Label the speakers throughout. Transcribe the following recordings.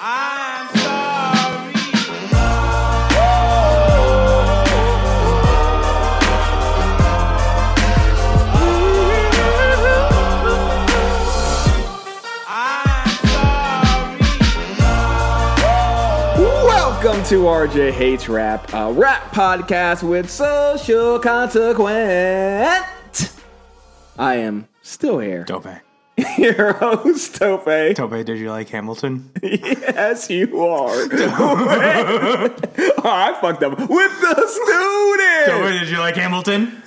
Speaker 1: I'm sorry. I'm sorry.
Speaker 2: Welcome to RJH Rap, a rap podcast with social consequence. I am still here,
Speaker 3: Dope.
Speaker 2: your host Tope.
Speaker 3: Tope, did you like Hamilton?
Speaker 2: Yes, you are. Wait. oh, I fucked up with the
Speaker 3: Tope,
Speaker 2: student,
Speaker 3: did you like Hamilton?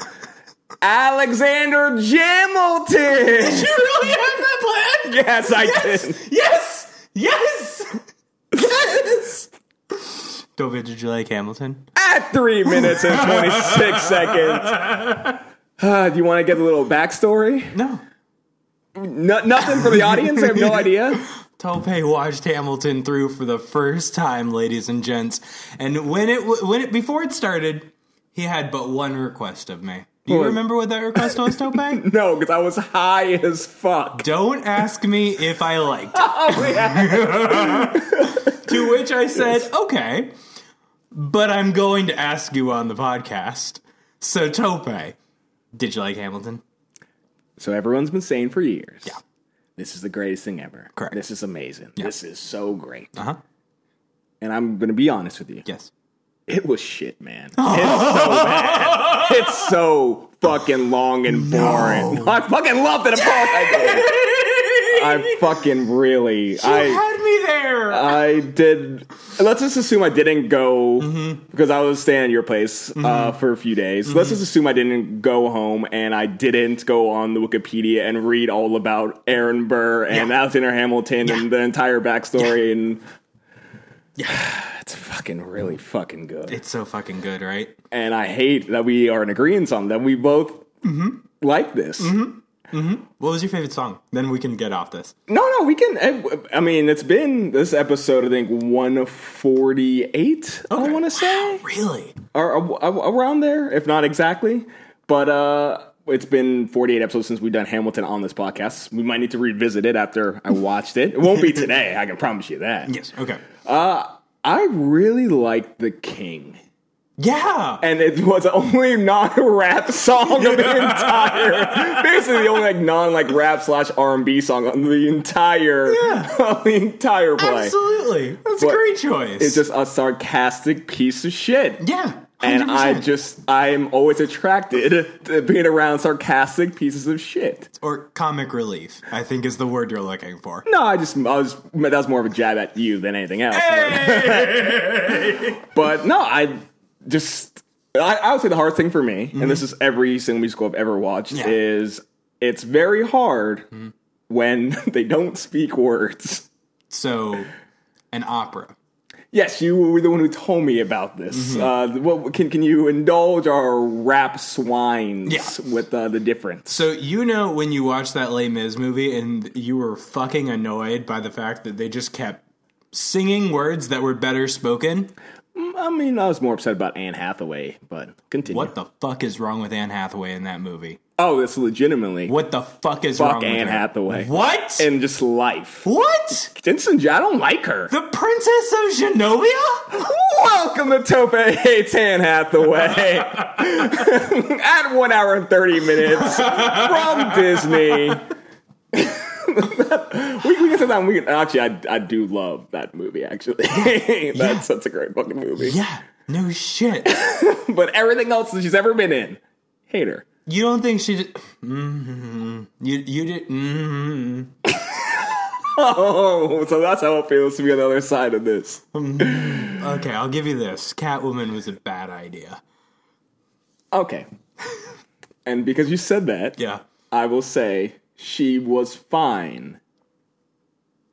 Speaker 2: Alexander Jamilton.
Speaker 3: You really have that plan?
Speaker 2: Yes, I did.
Speaker 3: Yes! Yes! Yes! Tope, did you like Hamilton?
Speaker 2: At three minutes and twenty-six seconds. Uh, do you want to get a little backstory?
Speaker 3: No.
Speaker 2: No, nothing for the audience. I have no idea.
Speaker 3: Tope watched Hamilton through for the first time, ladies and gents. And when it w- when it before it started, he had but one request of me. Do you
Speaker 2: What?
Speaker 3: remember what that request was, Tope?
Speaker 2: No, because I was high as fuck. Oh,
Speaker 3: Don't ask me if I liked it. To which I said, okay, but I'm going to ask you on the podcast. So, Tope, did you like Hamilton?
Speaker 2: so everyone's been saying for years. Yeah. This is the greatest thing ever.
Speaker 3: Correct.
Speaker 2: This is amazing. This is so great.
Speaker 3: Uh huh.
Speaker 2: And I'm going to be honest with you.
Speaker 3: Yes.
Speaker 2: It was shit, man. It's so bad. It's so fucking long and boring. I fucking loved it. Of course I did. I fucking really. I
Speaker 3: you had me there.
Speaker 2: I did. Let's just assume I didn't go
Speaker 3: Mm-hmm.
Speaker 2: because I was staying at your place uh, for a few days. Let's just assume I didn't go home and I didn't go on the Wikipedia and read all about Aaron Burr and
Speaker 3: Yeah.
Speaker 2: Alexander Hamilton and the entire backstory. And
Speaker 3: yeah.
Speaker 2: it's fucking really fucking good.
Speaker 3: It's so fucking good, right?
Speaker 2: and I hate that we are in agreement on that. We both
Speaker 3: Mm-hmm.
Speaker 2: like this.
Speaker 3: What was your favorite song? Then we can get off this.
Speaker 2: No, no, we can. eh, I- I mean, it's been this episode. I think one forty eight. I
Speaker 3: Okay.
Speaker 2: want to say.
Speaker 3: Really?
Speaker 2: or, or, or around there, if not exactly. But uh, it's been 48 episodes since we've done Hamilton on this podcast. We might need to revisit it after I watched it. It won't be today. I can promise you that.
Speaker 3: Yes. Okay.
Speaker 2: I really liked The King.
Speaker 3: Yeah.
Speaker 2: And it was the only non-rap song of the entire, basically the only like non-like rap slash R and B song on the entire,
Speaker 3: Yeah.
Speaker 2: on the entire play.
Speaker 3: Absolutely. That's
Speaker 2: But
Speaker 3: a great choice.
Speaker 2: It's just a sarcastic piece of shit.
Speaker 3: yeah. 100%.
Speaker 2: And I just, I'm always attracted to being around sarcastic pieces of shit.
Speaker 3: or comic relief, I think is the word you're looking for.
Speaker 2: No, I just, I was, that was more of a jab at you than anything else.
Speaker 3: Eh.
Speaker 2: but no, I just, I, I would say the hard thing for me, and this is every single musical I've ever watched,
Speaker 3: Mm-hmm. Yeah. Mm-hmm.
Speaker 2: is it's very hard when they don't speak words.
Speaker 3: So, an opera.
Speaker 2: Yes, you were the one who told me about this.
Speaker 3: Mm-hmm.
Speaker 2: Uh, what, can can you indulge our rap swines
Speaker 3: Yeah.
Speaker 2: with uh, the difference?
Speaker 3: So you know when you watched that Les Mis movie and you were fucking annoyed by the fact that they just kept singing words that were better spoken.
Speaker 2: I mean, I was more upset about Anne Hathaway, but continue.
Speaker 3: What the fuck is wrong with Anne Hathaway in that movie?
Speaker 2: Oh, it's legitimately
Speaker 3: What the fuck is
Speaker 2: fuck
Speaker 3: wrong with
Speaker 2: Anne
Speaker 3: her?
Speaker 2: Hathaway
Speaker 3: What?
Speaker 2: and just life.
Speaker 3: what?
Speaker 2: Vincent, J- I don't like her.
Speaker 3: The Princess of Genovia?
Speaker 2: Welcome to Tope hates Anne Hathaway at one hour and thirty minutes from Disney. we, we can sit down. We can, actually, I, I do love that movie. Actually, that's that's a great fucking movie.
Speaker 3: Yeah. No shit.
Speaker 2: But everything else that she's ever been in, hate her.
Speaker 3: You don't think she? Did, mm You you did. mm
Speaker 2: Oh, so that's how it feels to be on the other side of this.
Speaker 3: Okay, I'll give you this. Catwoman was a bad idea.
Speaker 2: Okay. and because you said that,
Speaker 3: Yeah.
Speaker 2: I will say she was fine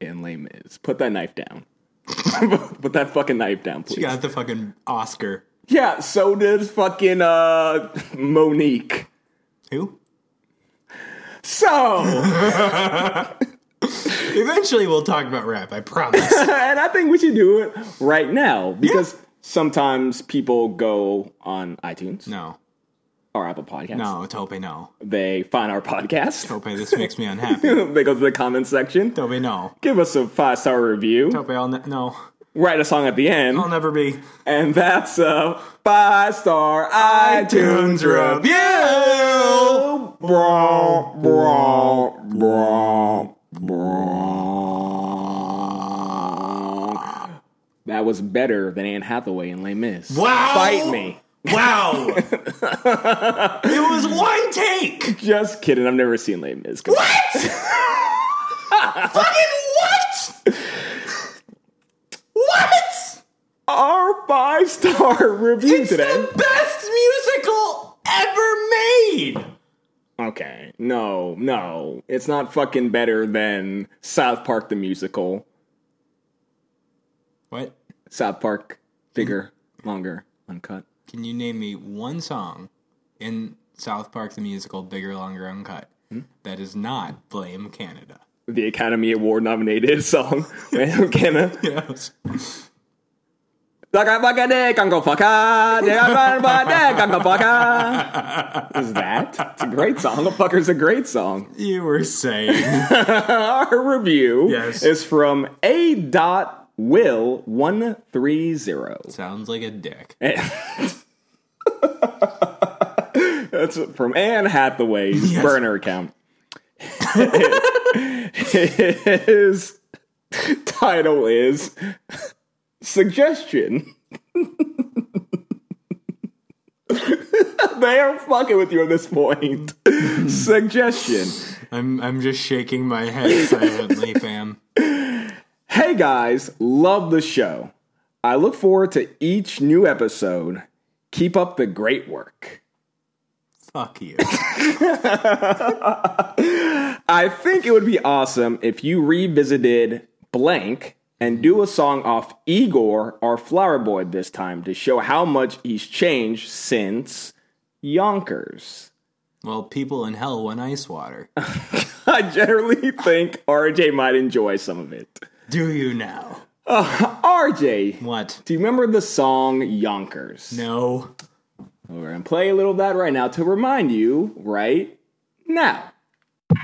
Speaker 2: in Les Mis. Put that knife down. Put that fucking knife down, please.
Speaker 3: She got the fucking Oscar.
Speaker 2: Yeah, so did fucking uh, Monique.
Speaker 3: Who?
Speaker 2: So,
Speaker 3: Eventually, we'll talk about rap. I promise.
Speaker 2: and I think we should do it right now because sometimes people go on iTunes
Speaker 3: no,
Speaker 2: or Apple Podcasts.
Speaker 3: no, Tope, no,
Speaker 2: They find our podcast.
Speaker 3: Tope. This makes me unhappy.
Speaker 2: they go to the comments section.
Speaker 3: Tope, no,
Speaker 2: Give us a five star review.
Speaker 3: Tope, I'll ne- no,
Speaker 2: Write a song at the end.
Speaker 3: I'll never be
Speaker 2: And that's a five star iTunes review.
Speaker 3: review.
Speaker 2: Bra, bra, bra, bra. That was better than Anne Hathaway and Les Mis.
Speaker 3: Wow.
Speaker 2: Fight me.
Speaker 3: Wow, it was one take.
Speaker 2: Just kidding. I've never seen Les Mis. Come on.
Speaker 3: What? Fucking what? What?
Speaker 2: Our five star review
Speaker 3: It's
Speaker 2: today.
Speaker 3: the best musical ever made.
Speaker 2: Okay. No, no. It's not fucking better than South Park the musical.
Speaker 3: What?
Speaker 2: South Park, bigger, longer, uncut.
Speaker 3: Can you name me one song in South Park the musical, bigger, longer, uncut,
Speaker 2: Hmm?
Speaker 3: that is not "Blame Canada"?
Speaker 2: The Academy Award nominated song. I'm gonna.
Speaker 3: Yes.
Speaker 2: Like I'm fucking dick, Uncle Fucker. Yeah, I'm fucking dick, Uncle Fucker. Is that? It's a great song. Uncle Fucker's a great song.
Speaker 3: You were saying
Speaker 2: Our review
Speaker 3: Yes.
Speaker 2: is from A. Dot Will one three zero.
Speaker 3: sounds like a dick.
Speaker 2: That's from Anne Hathaway's
Speaker 3: Yes.
Speaker 2: burner account. His title is Suggestion. they are fucking with you at this point. Suggestion.
Speaker 3: I'm I'm just shaking my head silently, fam.
Speaker 2: Hey guys, love the show. I look forward to each new episode. Keep up the great work.
Speaker 3: Fuck you.
Speaker 2: I think it would be awesome if you revisited blank and do a song off Igor or Flower Boy this time to show how much he's changed since Yonkers.
Speaker 3: Well, people in hell want ice water.
Speaker 2: I generally think RJ might enjoy some of it.
Speaker 3: Do you now?
Speaker 2: RJ,
Speaker 3: What?
Speaker 2: do you remember the song Yonkers?
Speaker 3: No.
Speaker 2: We're gonna play a little of that right now to remind you right now.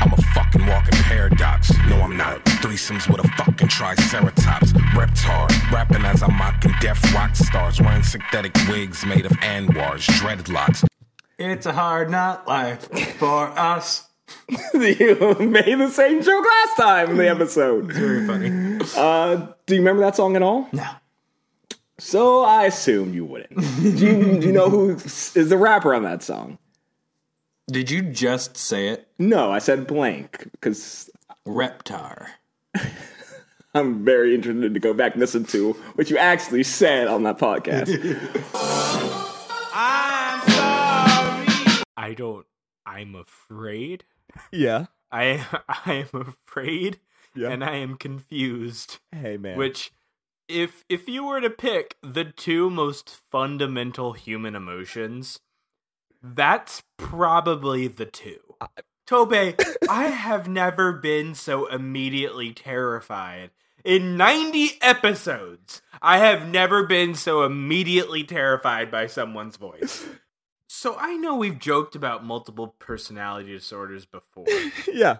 Speaker 4: I'm a fucking walking paradox. No, I'm not. Threesomes with a fucking triceratops. Reptar, rapping as I'm mocking deaf rock stars. Wearing synthetic wigs made of anwars, dreadlocks.
Speaker 3: It's a hard not life for us.
Speaker 2: you made the same joke last time in the episode.
Speaker 3: Very funny.
Speaker 2: Do you remember that song at all?
Speaker 3: No.
Speaker 2: So I assume you wouldn't. do, you, do you know who is the rapper on that song?
Speaker 3: Did you just say it?
Speaker 2: No, I said blank because
Speaker 3: Reptar.
Speaker 2: I'm very interested to go back and listen to what you actually said on that podcast.
Speaker 1: I'm sorry.
Speaker 5: I don't. I'm afraid.
Speaker 6: Yeah.
Speaker 5: I I am afraid,
Speaker 6: Yeah.
Speaker 5: and I am confused.
Speaker 6: Hey man.
Speaker 5: Which, if if you were to pick the two most fundamental human emotions, that's probably the two. Tobe, I have never been so immediately terrified. In 90 episodes, I have never been so immediately terrified by someone's voice. So I know we've joked about multiple personality disorders before.
Speaker 6: yeah.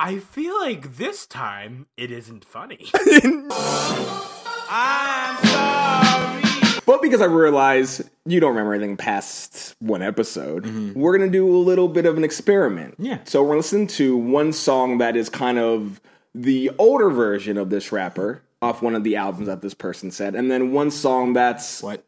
Speaker 5: I feel like this time it isn't funny.
Speaker 1: I'm sorry.
Speaker 2: but because I realize you don't remember anything past one episode, we're going to do a little bit of an experiment.
Speaker 3: Mm-hmm. Yeah.
Speaker 2: So we're listening to one song that is kind of the older version of this rapper off one of the albums that this person said, and then one song that's
Speaker 3: What?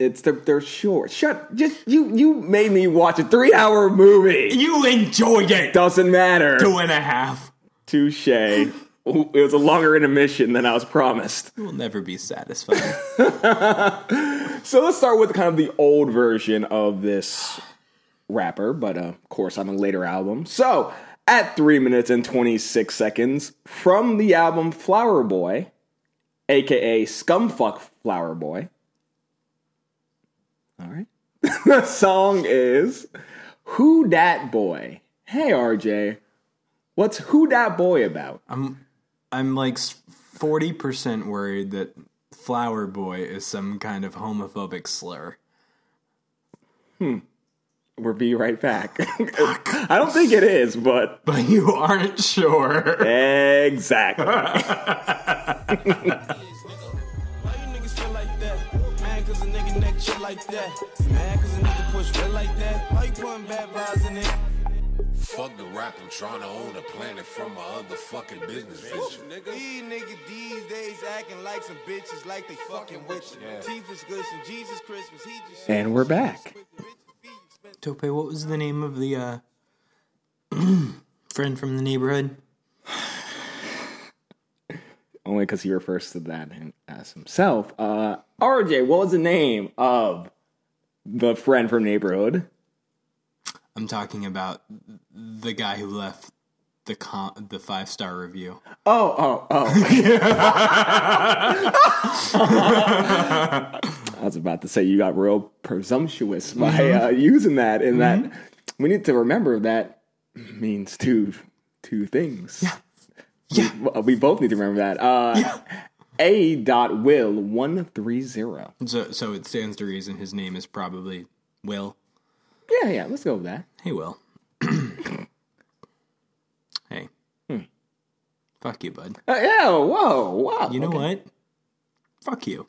Speaker 2: It's they're, they're short. Shut. Just you. You made me watch a three-hour movie.
Speaker 3: You enjoyed it!
Speaker 2: Doesn't matter.
Speaker 3: Two and a half.
Speaker 2: Touche. Ooh, It was a longer intermission than I was promised.
Speaker 3: You will never be satisfied.
Speaker 2: So let's start with kind of the old version of this rapper, but uh, of course on a later album. So at three minutes and 26 seconds from the album Flower Boy, aka Scumfuck Flower Boy. All right. the song is Who Dat Boy. Hey RJ, what's Who Dat Boy about?
Speaker 3: I'm like forty percent worried that Flower Boy is some kind of homophobic slur.
Speaker 2: We'll be right back. I don't think it is, but
Speaker 3: But you aren't sure.
Speaker 2: exactly.
Speaker 7: Why you niggas feel like that? Mad cause a nigga neck chill like that. Mad cause a nigga push real like that. Why you putting bad vibes in it?
Speaker 4: Fuck the rap, I'm trying to own the planet from my other fucking business vision.
Speaker 7: These niggas these days acting like some bitches like they fucking with you. Teeth is good, some Jesus Christmas. He just
Speaker 2: And we're back.
Speaker 3: Tope, what was the name of the uh, friend from the neighborhood?
Speaker 2: Only because he refers to that in- as himself. Uh, RJ, what was the name of the friend from neighborhood?
Speaker 3: I'm talking about the guy who left the con- the five star review.
Speaker 2: Oh, oh, oh. I was about to say you got real presumptuous by uh, using that, and that we need to remember that means two two things.
Speaker 3: Yeah.
Speaker 2: We, we both need to remember that. Uh, A dot will one three zero.
Speaker 3: So so it stands to reason his name is probably Will.
Speaker 2: Yeah, yeah. Let's go with that.
Speaker 3: Hey Will. hey. Fuck you, bud.
Speaker 2: Uh, yeah. Whoa. Wow.
Speaker 3: You know what? Fuck you.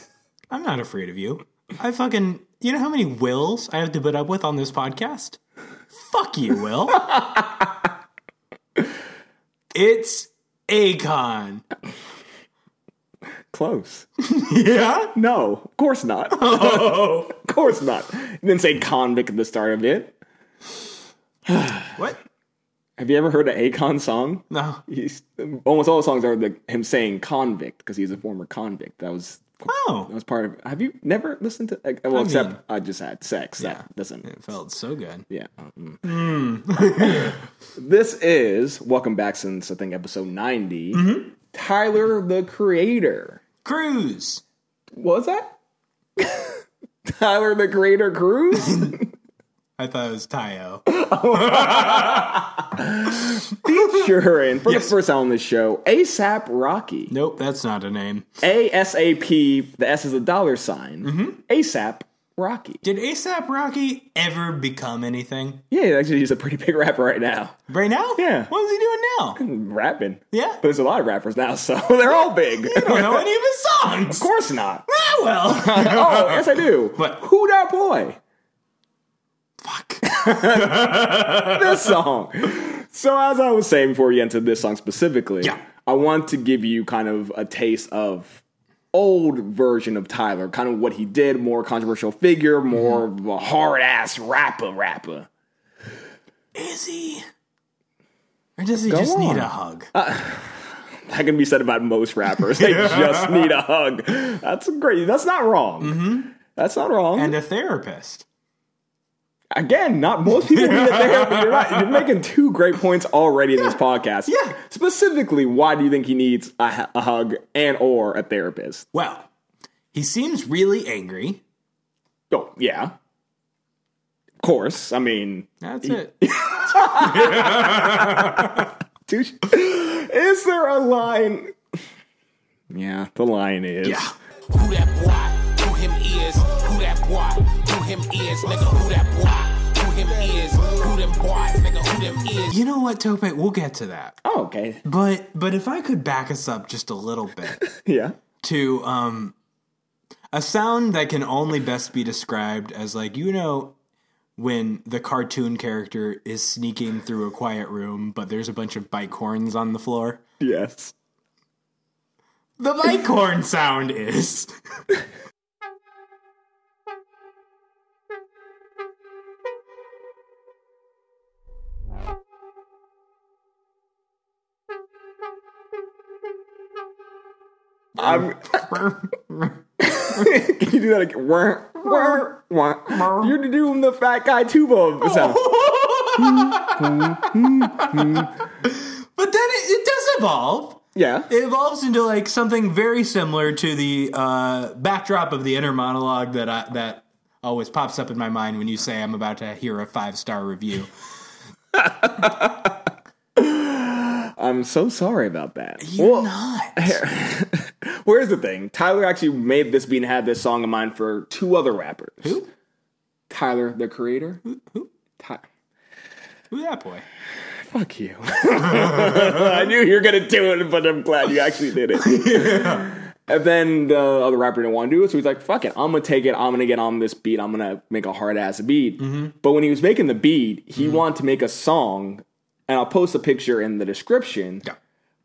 Speaker 3: I'm not afraid of you. I fucking. You know how many wills I have to put up with on this podcast? Fuck you, Will. it's Akon.
Speaker 2: Close.
Speaker 3: Yeah?
Speaker 2: No, of course not.
Speaker 3: Oh.
Speaker 2: of course not. And then say convict at the start of it.
Speaker 3: What?
Speaker 2: Have you ever heard an Akon song?
Speaker 3: No.
Speaker 2: He's, almost all the songs are the, him saying convict because he's a former convict. That was that
Speaker 3: Oh.
Speaker 2: was part of. Have you never listened to? like, Well,
Speaker 3: I
Speaker 2: except
Speaker 3: mean-
Speaker 2: I just had sex.
Speaker 3: Yeah.
Speaker 2: That doesn't.
Speaker 3: It felt Hmm. so good.
Speaker 2: Yeah. Mm. this is welcome back since I think episode 90
Speaker 3: Mm-hmm.
Speaker 2: Tyler the Creator.
Speaker 3: Cruise.
Speaker 2: What was that? Tyler the Creator Cruise.
Speaker 3: I thought it was Tayo.
Speaker 2: sure in for
Speaker 3: Yes.
Speaker 2: the first time on this show asap rocky
Speaker 3: Nope, that's not a name.
Speaker 2: asap the s is a dollar sign asap rocky
Speaker 3: Did ASAP Rocky ever become anything?
Speaker 2: yeah actually he's a pretty big rapper right now
Speaker 3: Right now?
Speaker 2: Yeah.
Speaker 3: What is he doing now?
Speaker 2: rapping
Speaker 3: Yeah.
Speaker 2: but there's a lot of rappers now so they're all big
Speaker 3: I don't know any of his songs.
Speaker 2: of course not
Speaker 3: Ah, well.
Speaker 2: oh yes i do
Speaker 3: What?
Speaker 2: who that boy
Speaker 3: Fuck.
Speaker 2: this song so as i was saying before we get into this song specifically
Speaker 3: Yeah.
Speaker 2: i want to give you kind of a taste of old version of Tyler, kind of what he did, more controversial figure,
Speaker 3: Mm-hmm.
Speaker 2: more of a hard ass rapper, rapper.
Speaker 3: Is he? Or does he
Speaker 2: Go
Speaker 3: just need
Speaker 2: on. Uh,
Speaker 3: a hug?
Speaker 2: That can be said about most rappers. They just need a hug. That's great. That's not wrong.
Speaker 3: Mm-hmm.
Speaker 2: That's not wrong.
Speaker 3: and a therapist.
Speaker 2: Again, not most people need a therapy. You're, not, you're making two great points already in this podcast.
Speaker 3: Yeah.
Speaker 2: Specifically, why do you think he needs a, hu- a hug and or a therapist?
Speaker 3: Well, he seems really angry.
Speaker 2: Oh, yeah. Of course. I mean,
Speaker 3: That's it.
Speaker 2: douche. Is there a line? Yeah, the line is.
Speaker 3: Yeah.
Speaker 8: Who that boy? Who him is? Who that boy? Who him is? Nigga, who that boy? Who him is? Who them boys? Nigga, who them is?
Speaker 3: You know what, Tope? We'll get to that.
Speaker 2: Oh, okay.
Speaker 3: But but if I could back us up just a little bit
Speaker 2: Yeah.
Speaker 3: to um a sound that can only best be described as like you know when the cartoon character is sneaking through a quiet room, but there's a bunch of bike horns on the floor.
Speaker 2: Yes.
Speaker 3: The bike horn sound is.
Speaker 2: I'm. Can you do that again? Wah, wah, wah. You're doing the fat guy tuba sound.
Speaker 3: Oh. But then it, it does evolve.
Speaker 2: Yeah.
Speaker 3: It evolves into like something very similar to the uh, backdrop of the inner monologue that I, that always pops up in my mind when you say I'm about to hear a five star review.
Speaker 2: I'm so sorry about that.
Speaker 3: You're
Speaker 2: Well,
Speaker 3: not.
Speaker 2: Where's the thing? Tyler actually made this beat and had this song in mind for two other rappers.
Speaker 3: Who?
Speaker 2: Tyler, the creator. Who?
Speaker 3: Who that boy?
Speaker 2: Fuck you. I knew you were gonna do it, but I'm glad you actually did it. And then the other rapper didn't want to do it, so he's like, "Fuck it, I'm gonna take it. I'm gonna get on this beat. I'm gonna make a hard ass beat."
Speaker 3: Mm-hmm.
Speaker 2: But when he was making the beat, he wanted to make a song, and I'll post a picture in the description.
Speaker 3: Yeah.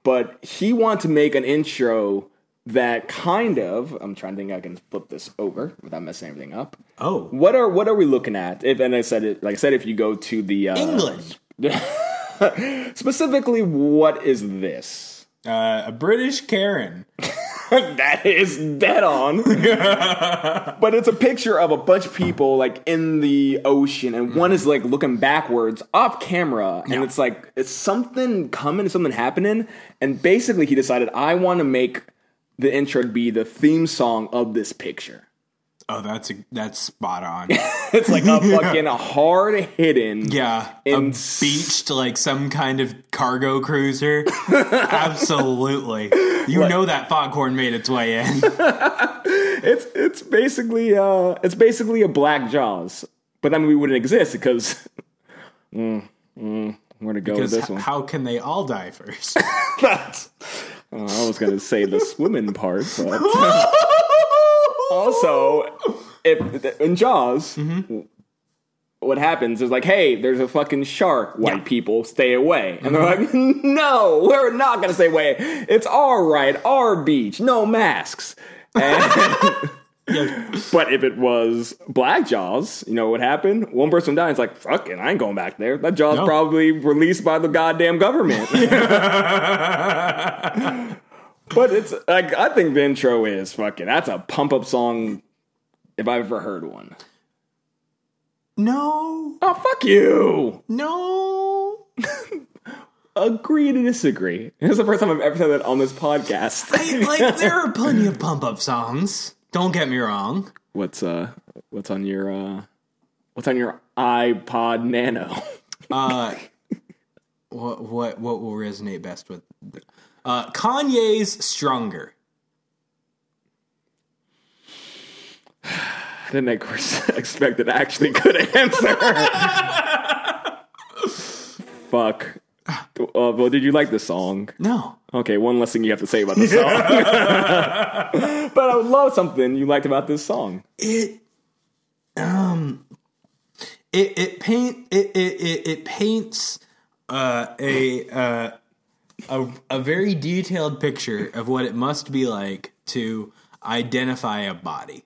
Speaker 2: But he wanted to make an intro that kind of. I'm trying to think I can flip this over without messing everything up.
Speaker 3: Oh,
Speaker 2: What are what are we looking at? If and I said it, like I said, if you go to the uh,
Speaker 3: England.
Speaker 2: Specifically, what is this?
Speaker 3: Uh, a British Karen.
Speaker 2: that is dead on. but it's a picture of a bunch of people like in the ocean, and one is like looking backwards off camera, and it's like it's something coming, something happening, and basically he decided I want to make the intro be the theme song of this picture.
Speaker 3: Oh, that's a, that's spot on.
Speaker 2: It's like a fucking hard hitting.
Speaker 3: Yeah,
Speaker 2: And
Speaker 3: a beach to like some kind of cargo cruiser. Absolutely, you know that foghorn made its way in.
Speaker 2: It's it's basically uh it's basically a Black Jaws, but then we wouldn't exist because Mm, mm, where to go with
Speaker 3: Because
Speaker 2: this
Speaker 3: h-
Speaker 2: one?
Speaker 3: how can they all die first?
Speaker 2: That's- oh, I was gonna say the swimming part, but also if in Jaws, what happens is like, hey, there's a fucking shark. White people stay away, and they're like, no, we're not gonna stay away. It's our right, our beach, no masks. And- But if it was Black Jaws, you know what happened? One person died. It's like, fucking, I ain't going back there. That Jaws
Speaker 3: No.
Speaker 2: probably released by the goddamn government. but it's like, I think the intro is fucking, that's a pump up song if I've ever heard one.
Speaker 3: no,
Speaker 2: Oh, fuck you.
Speaker 3: no.
Speaker 2: Agree to disagree. This is the first time I've ever said that on this podcast.
Speaker 3: Hey, like there are plenty of pump up songs. Don't get me wrong.
Speaker 2: What's, uh, what's on your, uh, what's on your iPod Nano?
Speaker 3: Uh, what what what will resonate best with uh, Kanye's "Stronger"?
Speaker 2: I didn't ex- expect an actually good answer. Fuck. Uh, well, did you like the song?
Speaker 3: No,
Speaker 2: Okay, one less thing you have to say about the song. but I would love something you liked about this song.
Speaker 3: it um it it paint it it it, it paints uh, a uh, a a very detailed picture of what it must be like to identify a body.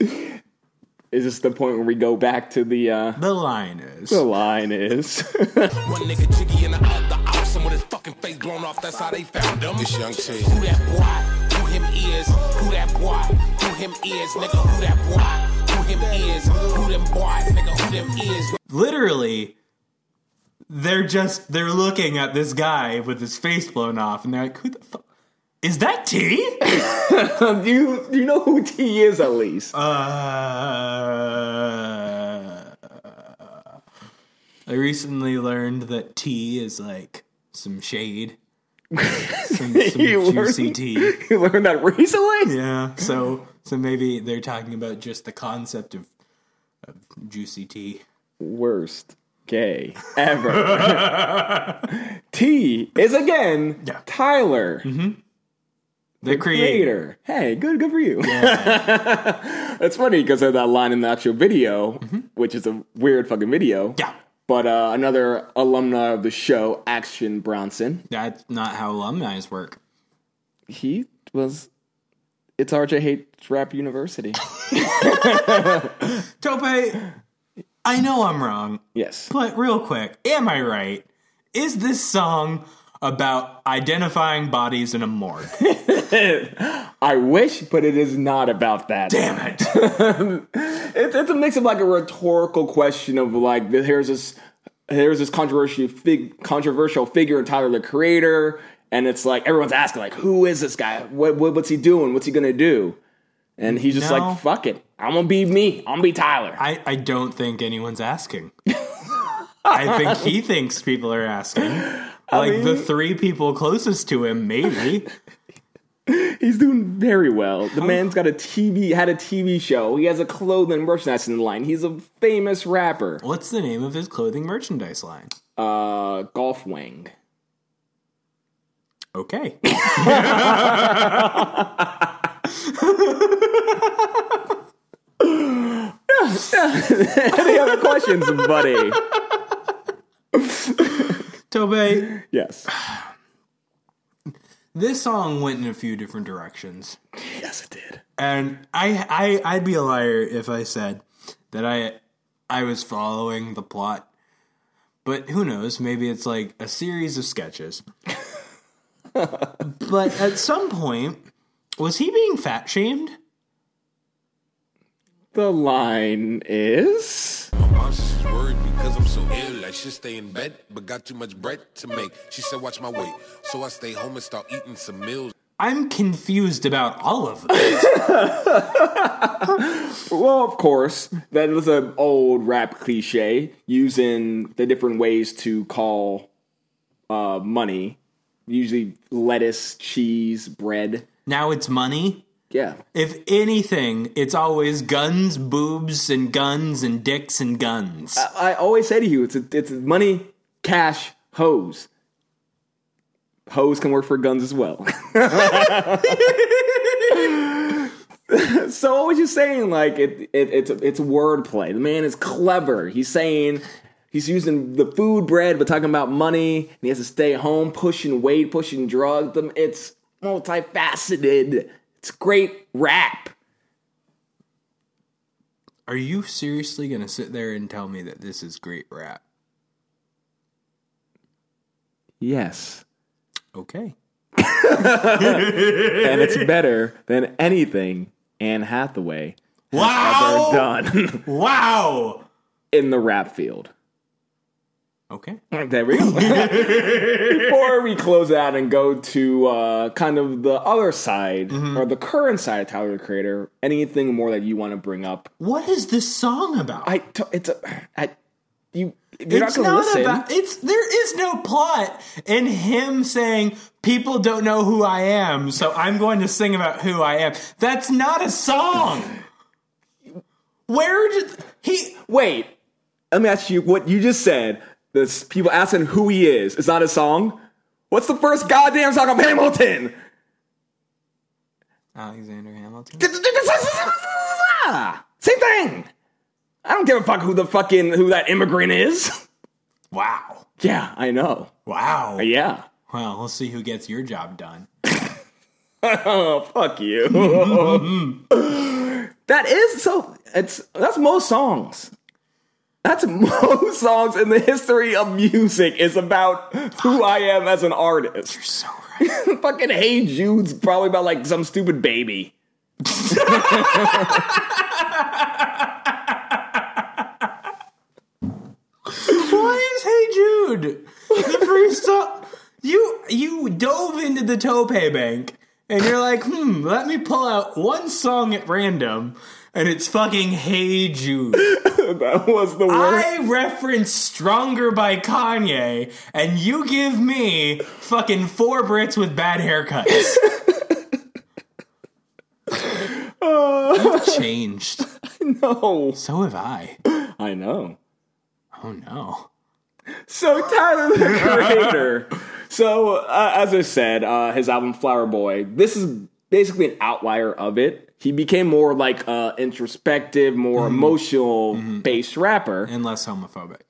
Speaker 2: Is this the point where we go back to the uh,
Speaker 3: The line is
Speaker 2: the line is?
Speaker 8: One nigga jiggy and the other out. Some with his fucking face blown off. That's how they found him.
Speaker 4: This young T.
Speaker 8: Who that boy? Who him is? Who that boy? Who him is? Nigga, who that boy? Who him is? Who them boys? Nigga, who them is?
Speaker 3: literally they're just they're looking at this guy with his face blown off and they're like who the fuck is that T?
Speaker 2: do you do you know who T is at least?
Speaker 3: Uh, I recently learned that tea is like some shade, some, some
Speaker 2: You
Speaker 3: juicy
Speaker 2: learned-
Speaker 3: tea.
Speaker 2: you learned that recently.
Speaker 3: Yeah, so so maybe they're talking about just the concept of of juicy tea.
Speaker 2: worst gay ever. T is again
Speaker 3: Yeah.
Speaker 2: Tyler,
Speaker 3: The creator.
Speaker 2: creator. Hey, good, good for you. it's funny because of that line in the actual video, which is a weird fucking video.
Speaker 3: Mm-hmm. Yeah,
Speaker 2: But uh, another alumna of the show, Action Bronson,
Speaker 3: that's not how alumni work.
Speaker 2: he was. It's RJ Hate Rap University.
Speaker 3: Tope, I know I'm wrong,
Speaker 2: yes.
Speaker 3: but real quick, am I right? Is this song about identifying bodies in a morgue.
Speaker 2: I wish, but it is not about that.
Speaker 3: Damn it.
Speaker 2: it's, it's a mix of like a rhetorical question of like here's this here's this controversial fig, controversial figure in Tyler the Creator, and it's like everyone's asking like who is this guy? What, what what's he doing? What's he gonna do? And he's just
Speaker 3: No.
Speaker 2: like fuck it, I'm gonna be me. I'm gonna be Tyler.
Speaker 3: I, I don't think anyone's asking. I think he thinks people are asking. Like the
Speaker 2: mean-
Speaker 3: three people closest to him, maybe.
Speaker 2: He's doing very well. The man's got a TV had a TV show. He has a clothing merchandising line. He's a famous rapper.
Speaker 3: What's the name of his clothing merchandise line?
Speaker 2: Uh, Golf Wang.
Speaker 3: Okay.
Speaker 2: Any other questions, buddy?
Speaker 3: Tobey,
Speaker 2: Yes.
Speaker 3: this song went in a few different directions.
Speaker 2: Yes, it did.
Speaker 3: And I, I, I'd be a liar if I said that I, I was following the plot. But who knows? Maybe it's like a series of sketches. but at some point, was he being fat shamed?
Speaker 2: The line is.
Speaker 8: Mom, she's worried because I'm so ill. I should stay in bed, but got too much bread to make. She said, watch my weight. So I stay home and start eating some meals.
Speaker 3: I'm confused about all of this.
Speaker 2: Well, of course, that was an old rap cliche using the different ways to call uh, money. Usually lettuce, cheese, bread.
Speaker 3: now it's money.
Speaker 2: Yeah.
Speaker 3: If anything, it's always guns, boobs, and guns, and dicks, and guns.
Speaker 2: I always say to you, it's a, it's a money, cash, hose. Hose can work for guns as well. so I was just saying, like it, it it's it's wordplay. The man is clever. He's saying he's using the food bread, but talking about money, and he has to stay home, pushing weight, pushing drugs. The- It's multifaceted. It's great rap.
Speaker 3: Are you seriously going to sit there and tell me that this is great rap?
Speaker 2: Yes.
Speaker 3: Okay.
Speaker 2: and it's better than anything Anne Hathaway
Speaker 3: Wow!
Speaker 2: ever done
Speaker 3: Wow!
Speaker 2: in the rap field.
Speaker 3: Okay.
Speaker 2: There we go. Before we close out and go to uh, kind of the other side
Speaker 3: Mm-hmm.
Speaker 2: or the current side of Tyler the Creator, anything more that you want to bring up?
Speaker 3: What is this song about?
Speaker 2: I t- it's a I, you you're
Speaker 3: it's
Speaker 2: not going to listen.
Speaker 3: about it's there is no plot in him saying people don't know who I am, so I'm going to sing about who I am. That's not a song. Where did he
Speaker 2: Wait, let me ask you what you just said. This people asking who he is. It's not a song. What's the first goddamn song of Hamilton?
Speaker 3: Alexander Hamilton?
Speaker 2: Same thing. I don't give a fuck who the fucking who that immigrant is.
Speaker 3: Wow.
Speaker 2: Yeah, I know.
Speaker 3: Wow.
Speaker 2: Yeah.
Speaker 3: Well, we'll see who gets your job done.
Speaker 2: Oh, fuck you. that is so it's that's most songs. That's most songs in the history of music is about who I am as an artist.
Speaker 3: So right.
Speaker 2: fucking Hey Jude's probably about like some stupid baby.
Speaker 3: Why is Hey Jude the first song? You you dove into the Tope Bank and you're like, hmm, let me pull out one song at random, and it's fucking Hey Jude.
Speaker 2: That was the worst.
Speaker 3: I reference Stronger by Kanye, and you give me fucking four Brits with bad haircuts. You've changed.
Speaker 2: no.
Speaker 3: So have I.
Speaker 2: I know.
Speaker 3: Oh no.
Speaker 2: So Tyler the Creator. so uh, as I said, uh, his album Flower Boy. This is basically an outlier of it. He became more like uh, introspective, more emotional based rapper.
Speaker 3: Mm-hmm. And less homophobic.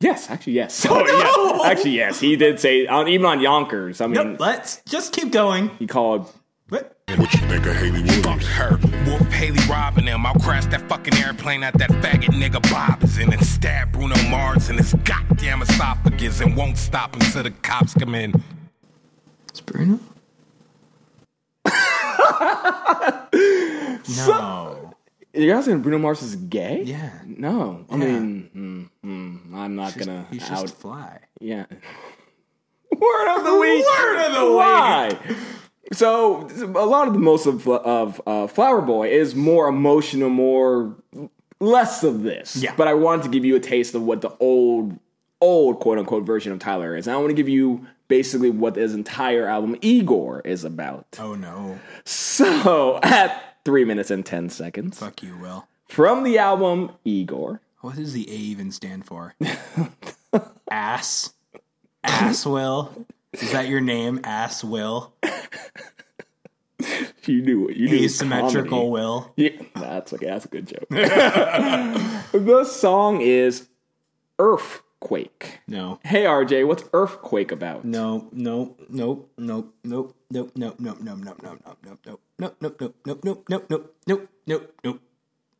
Speaker 2: Yes, actually, yes. Oh, yes. Actually, yes. He did say on, even on Yonkers. I mean,
Speaker 3: Nope, let's just keep going.
Speaker 2: he called
Speaker 3: What?
Speaker 4: What you think of Haley Williams? Fuck her. Wolf Haley robbing him. I'll crash that fucking airplane at that faggot nigga Bob is in and stab Bruno Mars in his goddamn esophagus and won't stop until the cops come in.
Speaker 3: It's Bruno? no.
Speaker 2: You're asking Bruno Mars is gay?
Speaker 3: Yeah.
Speaker 2: No, I
Speaker 3: Yeah.
Speaker 2: mean, mm, mm, I'm not gonna
Speaker 3: He's
Speaker 2: out.
Speaker 3: just fly.
Speaker 2: yeah. Word of the week.
Speaker 3: Word of the week.
Speaker 2: Why? So a lot of the most of of uh, Flower Boy is more emotional, more less of this.
Speaker 3: Yeah.
Speaker 2: But I wanted to give you a taste of what the old old quote unquote version of Tyler is. And I want to give you basically what his entire album Igor is about.
Speaker 3: Oh no.
Speaker 2: So at three minutes and ten seconds
Speaker 3: Fuck you, Will.
Speaker 2: from the album Igor.
Speaker 3: What does the A even stand for? Ass. Ass Will. Is that your name? Ass Will.
Speaker 2: You knew it. You knew
Speaker 3: Asymmetrical
Speaker 2: comedy.
Speaker 3: Will.
Speaker 2: Yeah, that's okay. That's a good joke. the song is Earthquake.
Speaker 3: No.
Speaker 2: Hey RJ, what's Earthquake about?
Speaker 3: No, no, nope, nope, nope, nope, nope, nope, nope, nope, nope, nope, nope, nope, nope, nope, nope, nope, nope, nope, nope, nope, nope.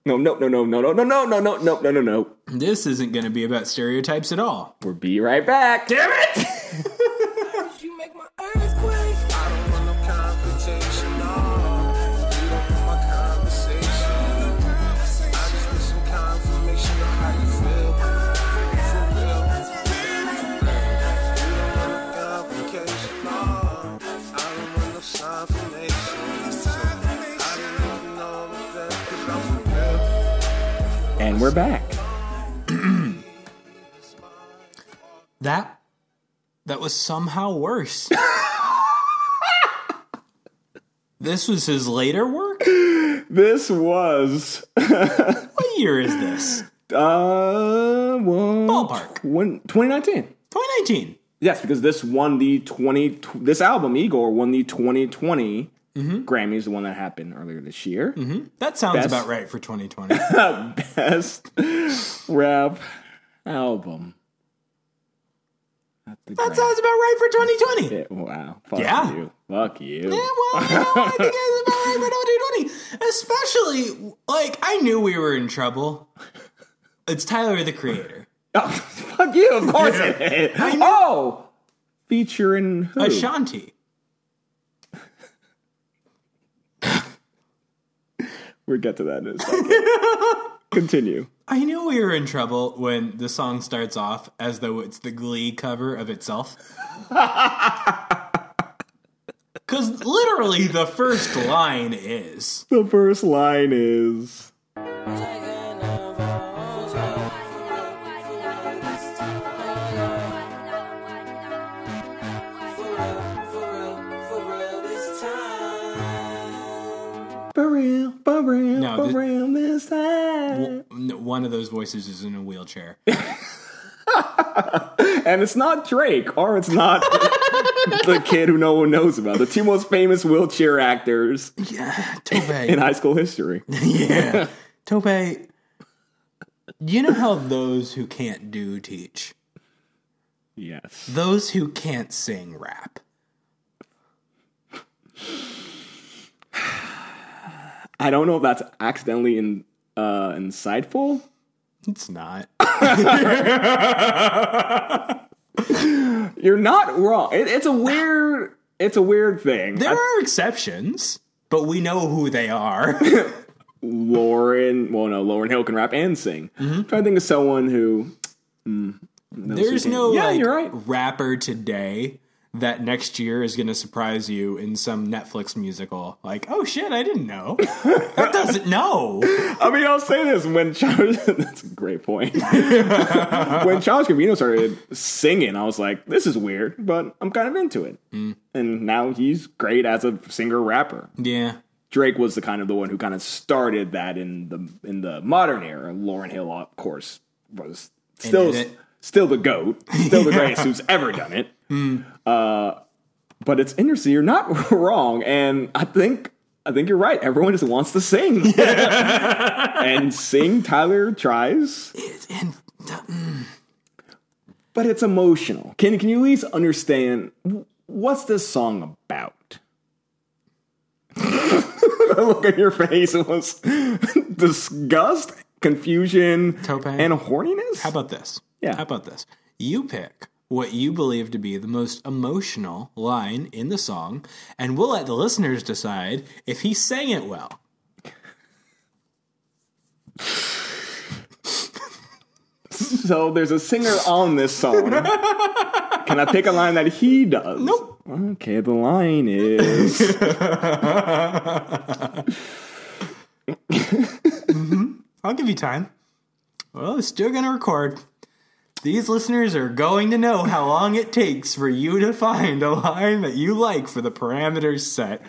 Speaker 2: No, no, no, no, no, no, no, no, no, no, no, no, no, no.
Speaker 3: This isn't going to be about stereotypes at all.
Speaker 2: We'll be right back. Damn it!
Speaker 8: You make my earthquake. I don't want no confrontation, no. You don't want my conversation. I just need some confirmation of how you feel. For real. You don't want no complication, no. I don't want no sign from nation. I don't even know I'm a fan, 'cause I'm for real.
Speaker 2: And we're back.
Speaker 3: That that was somehow worse. this was his later work?
Speaker 2: This was
Speaker 3: What year is this?
Speaker 2: uh one,
Speaker 3: Ballpark.
Speaker 2: one, 2019.
Speaker 3: 2019.
Speaker 2: Yes, because this won the 20 this album Igor won the 2020
Speaker 3: Mm-hmm.
Speaker 2: Grammys, the one that happened earlier this year.
Speaker 3: That sounds
Speaker 2: Best-
Speaker 3: about right for 2020.
Speaker 2: best rap album. At the
Speaker 3: That sounds about right for 2020.
Speaker 2: Grammy. Wow. Fuck
Speaker 3: Yeah.
Speaker 2: you. Fuck you.
Speaker 3: Yeah, well, you know, I think that's about right for 2020. Especially, like, I knew we were in trouble. It's Tyler the Creator.
Speaker 2: Oh, fuck you. Of course it is. Oh, featuring who?
Speaker 3: Ashanti.
Speaker 2: We'll get to that in a second. Continue.
Speaker 3: I knew we were in trouble when the song starts off as though it's the Glee cover of itself. Because literally the first line is
Speaker 2: The first line is. For real, for real,
Speaker 3: No,
Speaker 2: for
Speaker 3: this-
Speaker 2: real this time.
Speaker 3: w- n- one of those voices is in a wheelchair.
Speaker 2: and it's not Drake, or it's not the kid who no one knows about. The two most famous wheelchair actors
Speaker 3: Yeah,
Speaker 2: in
Speaker 3: Tope.
Speaker 2: high school history.
Speaker 3: yeah. Tope, you know how those who can't do teach?
Speaker 2: Yes.
Speaker 3: Those who can't sing rap.
Speaker 2: I don't know if that's accidentally in, uh, insightful.
Speaker 3: It's not.
Speaker 2: You're not wrong. It, it's a weird. It's a weird thing.
Speaker 3: There
Speaker 2: I-
Speaker 3: are exceptions, but we know who they are.
Speaker 2: Lauren, well, no, Lauren Hill can rap and sing.
Speaker 3: Mm-hmm.
Speaker 2: I'm trying to think of someone who. mm,
Speaker 3: There's
Speaker 2: she can't.
Speaker 3: no
Speaker 2: Yeah,
Speaker 3: like,
Speaker 2: you're right.
Speaker 3: rapper today that next year is going to surprise you in some Netflix musical. Like, oh shit, I didn't know. that doesn't know.
Speaker 2: I mean, I'll say this when Charles. that's a great point. when Charles Gambino started singing, I was like, "This is weird," but I'm kind of into it. And now he's great as a singer rapper.
Speaker 3: Yeah.
Speaker 2: Drake was the kind of the one who kind of started that in the in the modern era. Lauren Hill, of course, was still
Speaker 3: Ended it.
Speaker 2: still the goat, still the greatest who's ever done it. Uh, but it's interesting. You're not wrong, and I think I think you're right. Everyone just wants to sing and sing. Tyler tries,
Speaker 3: It's in,
Speaker 2: but it's emotional. Can can you at least understand wh- what's this song about? the look on your face was disgust, confusion,
Speaker 3: Tope.
Speaker 2: and horniness.
Speaker 3: How about this?
Speaker 2: Yeah.
Speaker 3: How about this? You pick what you believe to be the most emotional line in the song, and we'll let the listeners decide if he sang it well.
Speaker 2: so there's a singer on this song. Can I pick a line that he does?
Speaker 3: Nope.
Speaker 2: Okay, the line is.
Speaker 3: I'll give you time. Well, it's still going to record. These listeners are going to know how long it takes for you to find a line that you like for the parameters set.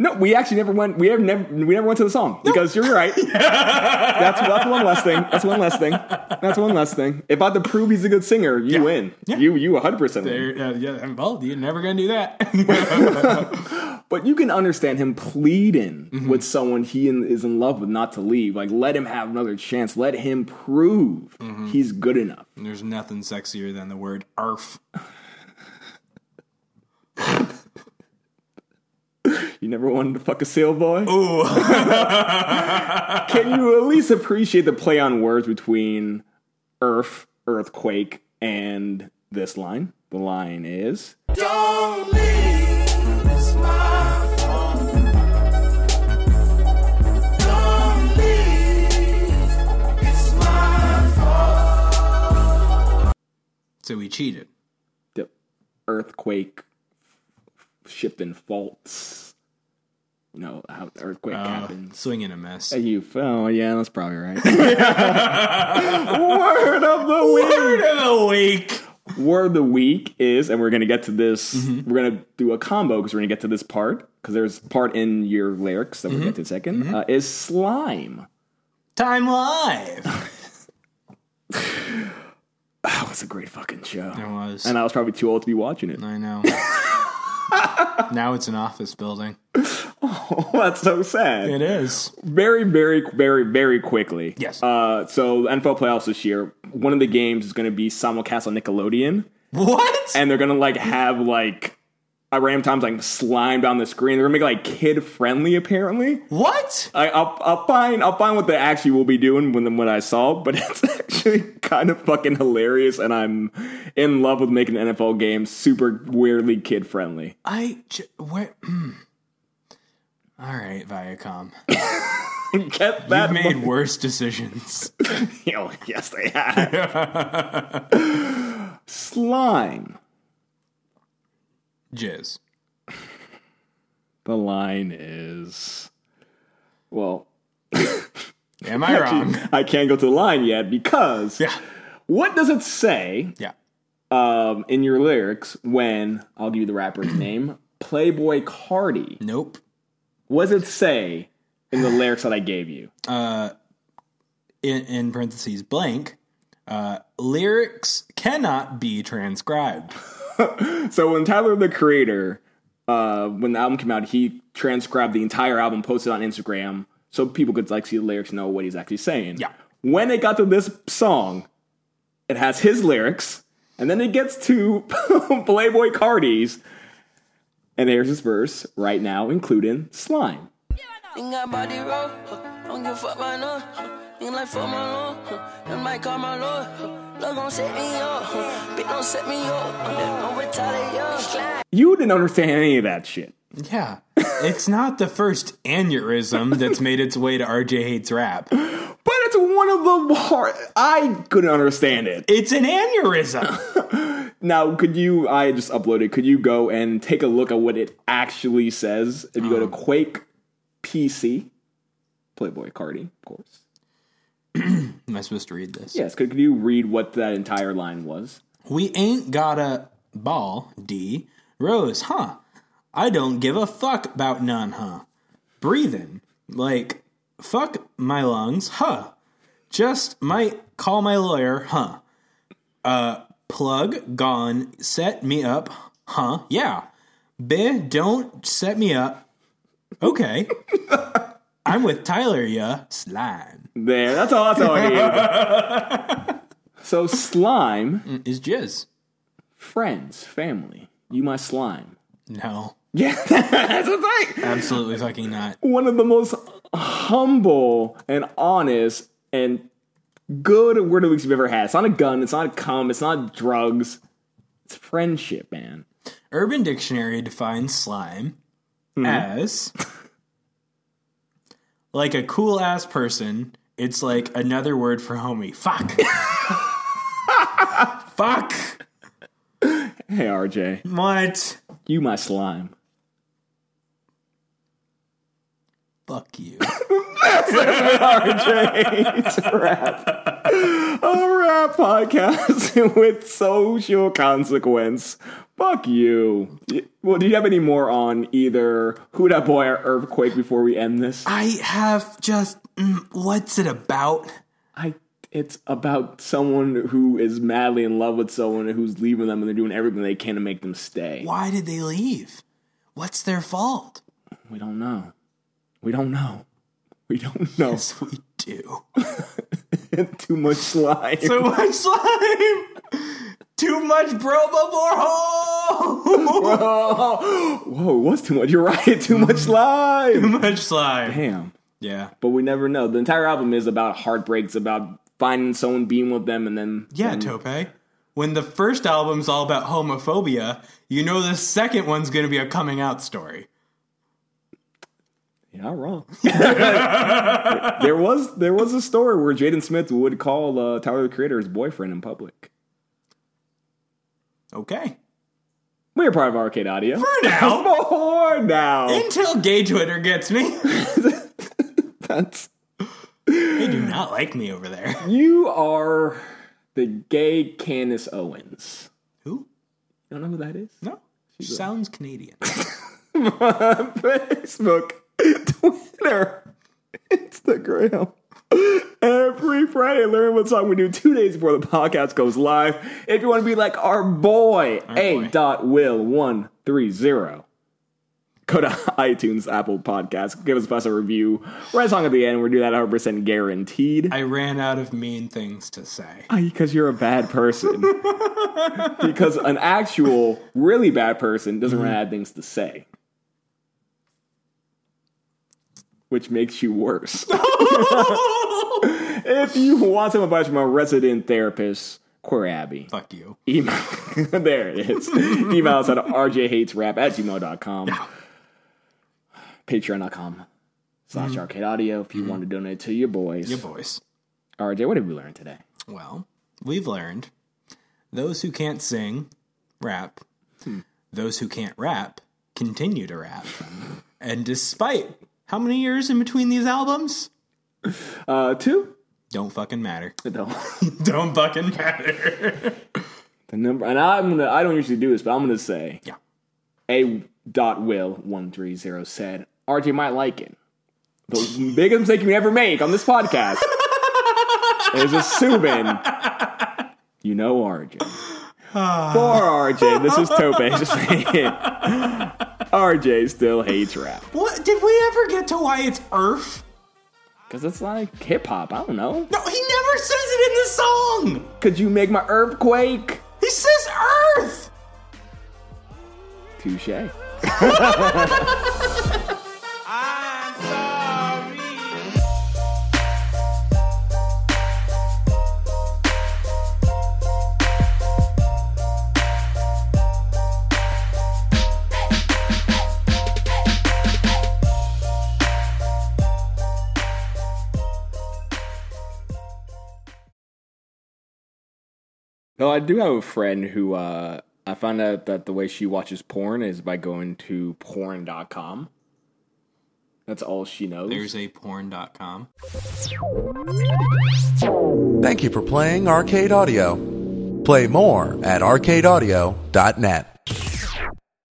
Speaker 2: No, we actually never went. We have never. We never went to the song because you're right. that's that's one less thing. That's one less thing. That's one less thing. If I have to prove he's a good singer, you win.
Speaker 3: Yeah.
Speaker 2: You you 100 percent win.
Speaker 3: There- uh, yeah, well, you're never going to do that.
Speaker 2: But you can understand him pleading
Speaker 3: Mm-hmm.
Speaker 2: with someone he in, is in love with not to leave. Like let him have another chance. Let him prove
Speaker 3: Mm-hmm.
Speaker 2: he's good enough.
Speaker 3: There's nothing sexier than the word arf.
Speaker 2: You never wanted to fuck a sail boy. Ooh. can you at least appreciate the play on words between Earth, earthquake, and this line? The line is.
Speaker 8: Don't leave this my fault. Don't leave, it's my fault.
Speaker 3: So we cheated.
Speaker 2: the earthquake shifting faults. You know how the earthquake
Speaker 3: Uh.
Speaker 2: happens.
Speaker 3: Swinging a miss.
Speaker 2: And you fell. Yeah, that's probably right. Word of the week.
Speaker 3: Word of the week.
Speaker 2: Word of the week is, and we're gonna get to this. We're gonna do a combo because we're gonna get to this part because there's part in your lyrics that we'll get to in a 2nd Uh, is slime.
Speaker 3: Time live.
Speaker 2: That was a great fucking show.
Speaker 3: It was.
Speaker 2: And I was probably too old to be watching it.
Speaker 3: I know. now it's an office building.
Speaker 2: that's so sad.
Speaker 3: It is.
Speaker 2: very, very, very, very quickly.
Speaker 3: Yes.
Speaker 2: Uh, so NFL playoffs this year, one of the games is going to be simulcast on Nickelodeon,
Speaker 3: What?
Speaker 2: and they're going to like have like a random times like slime down the screen. They're going to make it, like kid friendly. Apparently,
Speaker 3: what?
Speaker 2: I, I'll, I'll find I'll find what they actually will be doing when when I saw, it, but it's actually kind of fucking hilarious, and I'm in love with making an NFL game super weirdly kid friendly.
Speaker 3: I j- where? hmm. All right, Viacom.
Speaker 2: Get
Speaker 3: You've
Speaker 2: that
Speaker 3: made worse decisions.
Speaker 2: Oh, yes, they have. Slime.
Speaker 3: Jizz.
Speaker 2: The line is. Well,
Speaker 3: Am I wrong?
Speaker 2: I can't go to the line yet because.
Speaker 3: Yeah.
Speaker 2: What does it say
Speaker 3: Yeah.
Speaker 2: um, in your lyrics when, I'll give you the rapper's name, Playboy Cardi?
Speaker 3: Nope.
Speaker 2: What does it say in the lyrics that I gave you?
Speaker 3: In, in parentheses, blank. Uh, lyrics cannot be transcribed.
Speaker 2: So when Tyler the Creator, uh, when the album came out, he transcribed the entire album, posted it on Instagram, so people could like see the lyrics, and know what he's actually saying.
Speaker 3: Yeah.
Speaker 2: When it got to this song, it has his lyrics, and then it gets to Playboy Cardi's, and there's his verse right now, including slime.
Speaker 8: Ain't got body roll, huh, don't give a fuck about no. huh, Ain't like for my lord, then might call my lord. huh, Love gon' set me up, huh, bitch don't set me up. huh, Don't retaliate.
Speaker 2: You didn't understand any of that shit.
Speaker 3: Yeah. It's not the first aneurysm that's made its way to RJ Hates Rap.
Speaker 2: But it's one of the hard. I couldn't understand it.
Speaker 3: It's an aneurysm.
Speaker 2: Now, could you? I just uploaded. Could you go and take a look at what it actually says? If you go to Quake PC, Playboy Cardi, of course.
Speaker 3: Am I supposed to read this?
Speaker 2: Yes. Could, could you read what that entire line was?
Speaker 3: We ain't got a ball, D. Rose, huh? I don't give a fuck about none, huh? Breathing. Like, fuck my lungs, huh? Just might call my lawyer, huh? Uh, plug, gone, set me up, huh? Yeah. Be don't set me up. Okay. I'm with Tyler, yeah. Slime.
Speaker 2: There. That's all. That's all I need. so slime,
Speaker 3: Is jizz.
Speaker 2: friends, family. You my slime.
Speaker 3: No.
Speaker 2: Yeah, that's a thing.
Speaker 3: Absolutely fucking not.
Speaker 2: one of the most humble and honest and good word of the weeks we've ever had. It's not a gun. It's not a cum. It's not drugs. It's friendship, man.
Speaker 3: Urban Dictionary defines slime as like a cool ass person. It's like another word for homie. Fuck. Fuck.
Speaker 2: Hey, RJ,
Speaker 3: What?
Speaker 2: you my slime.
Speaker 3: Fuck you.
Speaker 2: it's a rap. A rap podcast with social consequence. Fuck you. Well, do you have any more on either Who Dat Boy or Earthquake before we end this?
Speaker 3: I have just. mm, What's it about?
Speaker 2: I it's about someone who is madly in love with someone who's leaving them and they're doing everything they can to make them stay.
Speaker 3: Why did they leave? What's their fault?
Speaker 2: We don't know. We don't know. We don't know.
Speaker 3: Yes, we do.
Speaker 2: Too much slime.
Speaker 3: Too much slime. Too much Bromo Borehole.
Speaker 2: oh, whoa, what's too much? You're right. Too much slime.
Speaker 3: Too much slime.
Speaker 2: Damn.
Speaker 3: Yeah.
Speaker 2: Mm. But we never know. The entire album is about heartbreaks, about finding someone, being with them, and then
Speaker 3: Yeah, Tope. When the first album's all about homophobia, you know the second one's going to be a coming out story.
Speaker 2: Yeah, wrong. there was there was a story where Jaden Smith would call uh, Tyler the Creator his boyfriend in public.
Speaker 3: Okay.
Speaker 2: We are part of Arcade Audio.
Speaker 3: For now,
Speaker 2: More now.
Speaker 3: until Gay Twitter gets me,
Speaker 2: That's
Speaker 3: they do not like me over there.
Speaker 2: you are the gay Candace Owens.
Speaker 3: Who?
Speaker 2: You don't know who that is?
Speaker 3: No. She sounds Canadian.
Speaker 2: Facebook, Twitter, Instagram. Every Friday, learn what song we do two days before the podcast goes live. If you want to be like our boy,
Speaker 3: boy.
Speaker 2: A dot will one three zero. Go to iTunes, Apple Podcasts, give us a a review. We're at song at the end. We do that 100 percent guaranteed.
Speaker 3: I ran out of mean things to say.
Speaker 2: Because you're a bad person. because an actual, really bad person doesn't run out of things to say. Which makes you worse. if you want some advice from a resident therapist, Queer Abby.
Speaker 3: Fuck you.
Speaker 2: Email. there it is. Email us at rjhatesrap at gmail.com. Patreon.com slash arcade audio if you want to donate to Mm-hmm. your boys.
Speaker 3: Your boys.
Speaker 2: RJ, what did we learn today?
Speaker 3: Well, we've learned those who can't sing, rap. Those who can't rap, continue to rap. and despite how many years in between these albums,
Speaker 2: Uh, two?
Speaker 3: don't fucking matter.
Speaker 2: No.
Speaker 3: Don't fucking matter.
Speaker 2: The number, and I'm gonna. I don't usually do this, but I'm gonna say.
Speaker 3: Yeah.
Speaker 2: A dot will one three zero said RJ might like it. The biggest mistake you ever make on this podcast is assuming you know RJ. For RJ, this is Tope just saying. RJ still hates rap
Speaker 3: What did we ever get to why it's Earth?
Speaker 2: because it's like hip hop. I don't know.
Speaker 3: No, he never says it in the song.
Speaker 2: Could you make my earthquake?
Speaker 3: He says Earth.
Speaker 2: Touche.
Speaker 1: I'm sorry.
Speaker 2: No, I do have a friend who uh, I found out that the way she watches porn is by going to porn.com. That's all she knows.
Speaker 3: There's a porn.com.
Speaker 6: Thank you for playing Arcade Audio. Play more at arcadeaudio.net.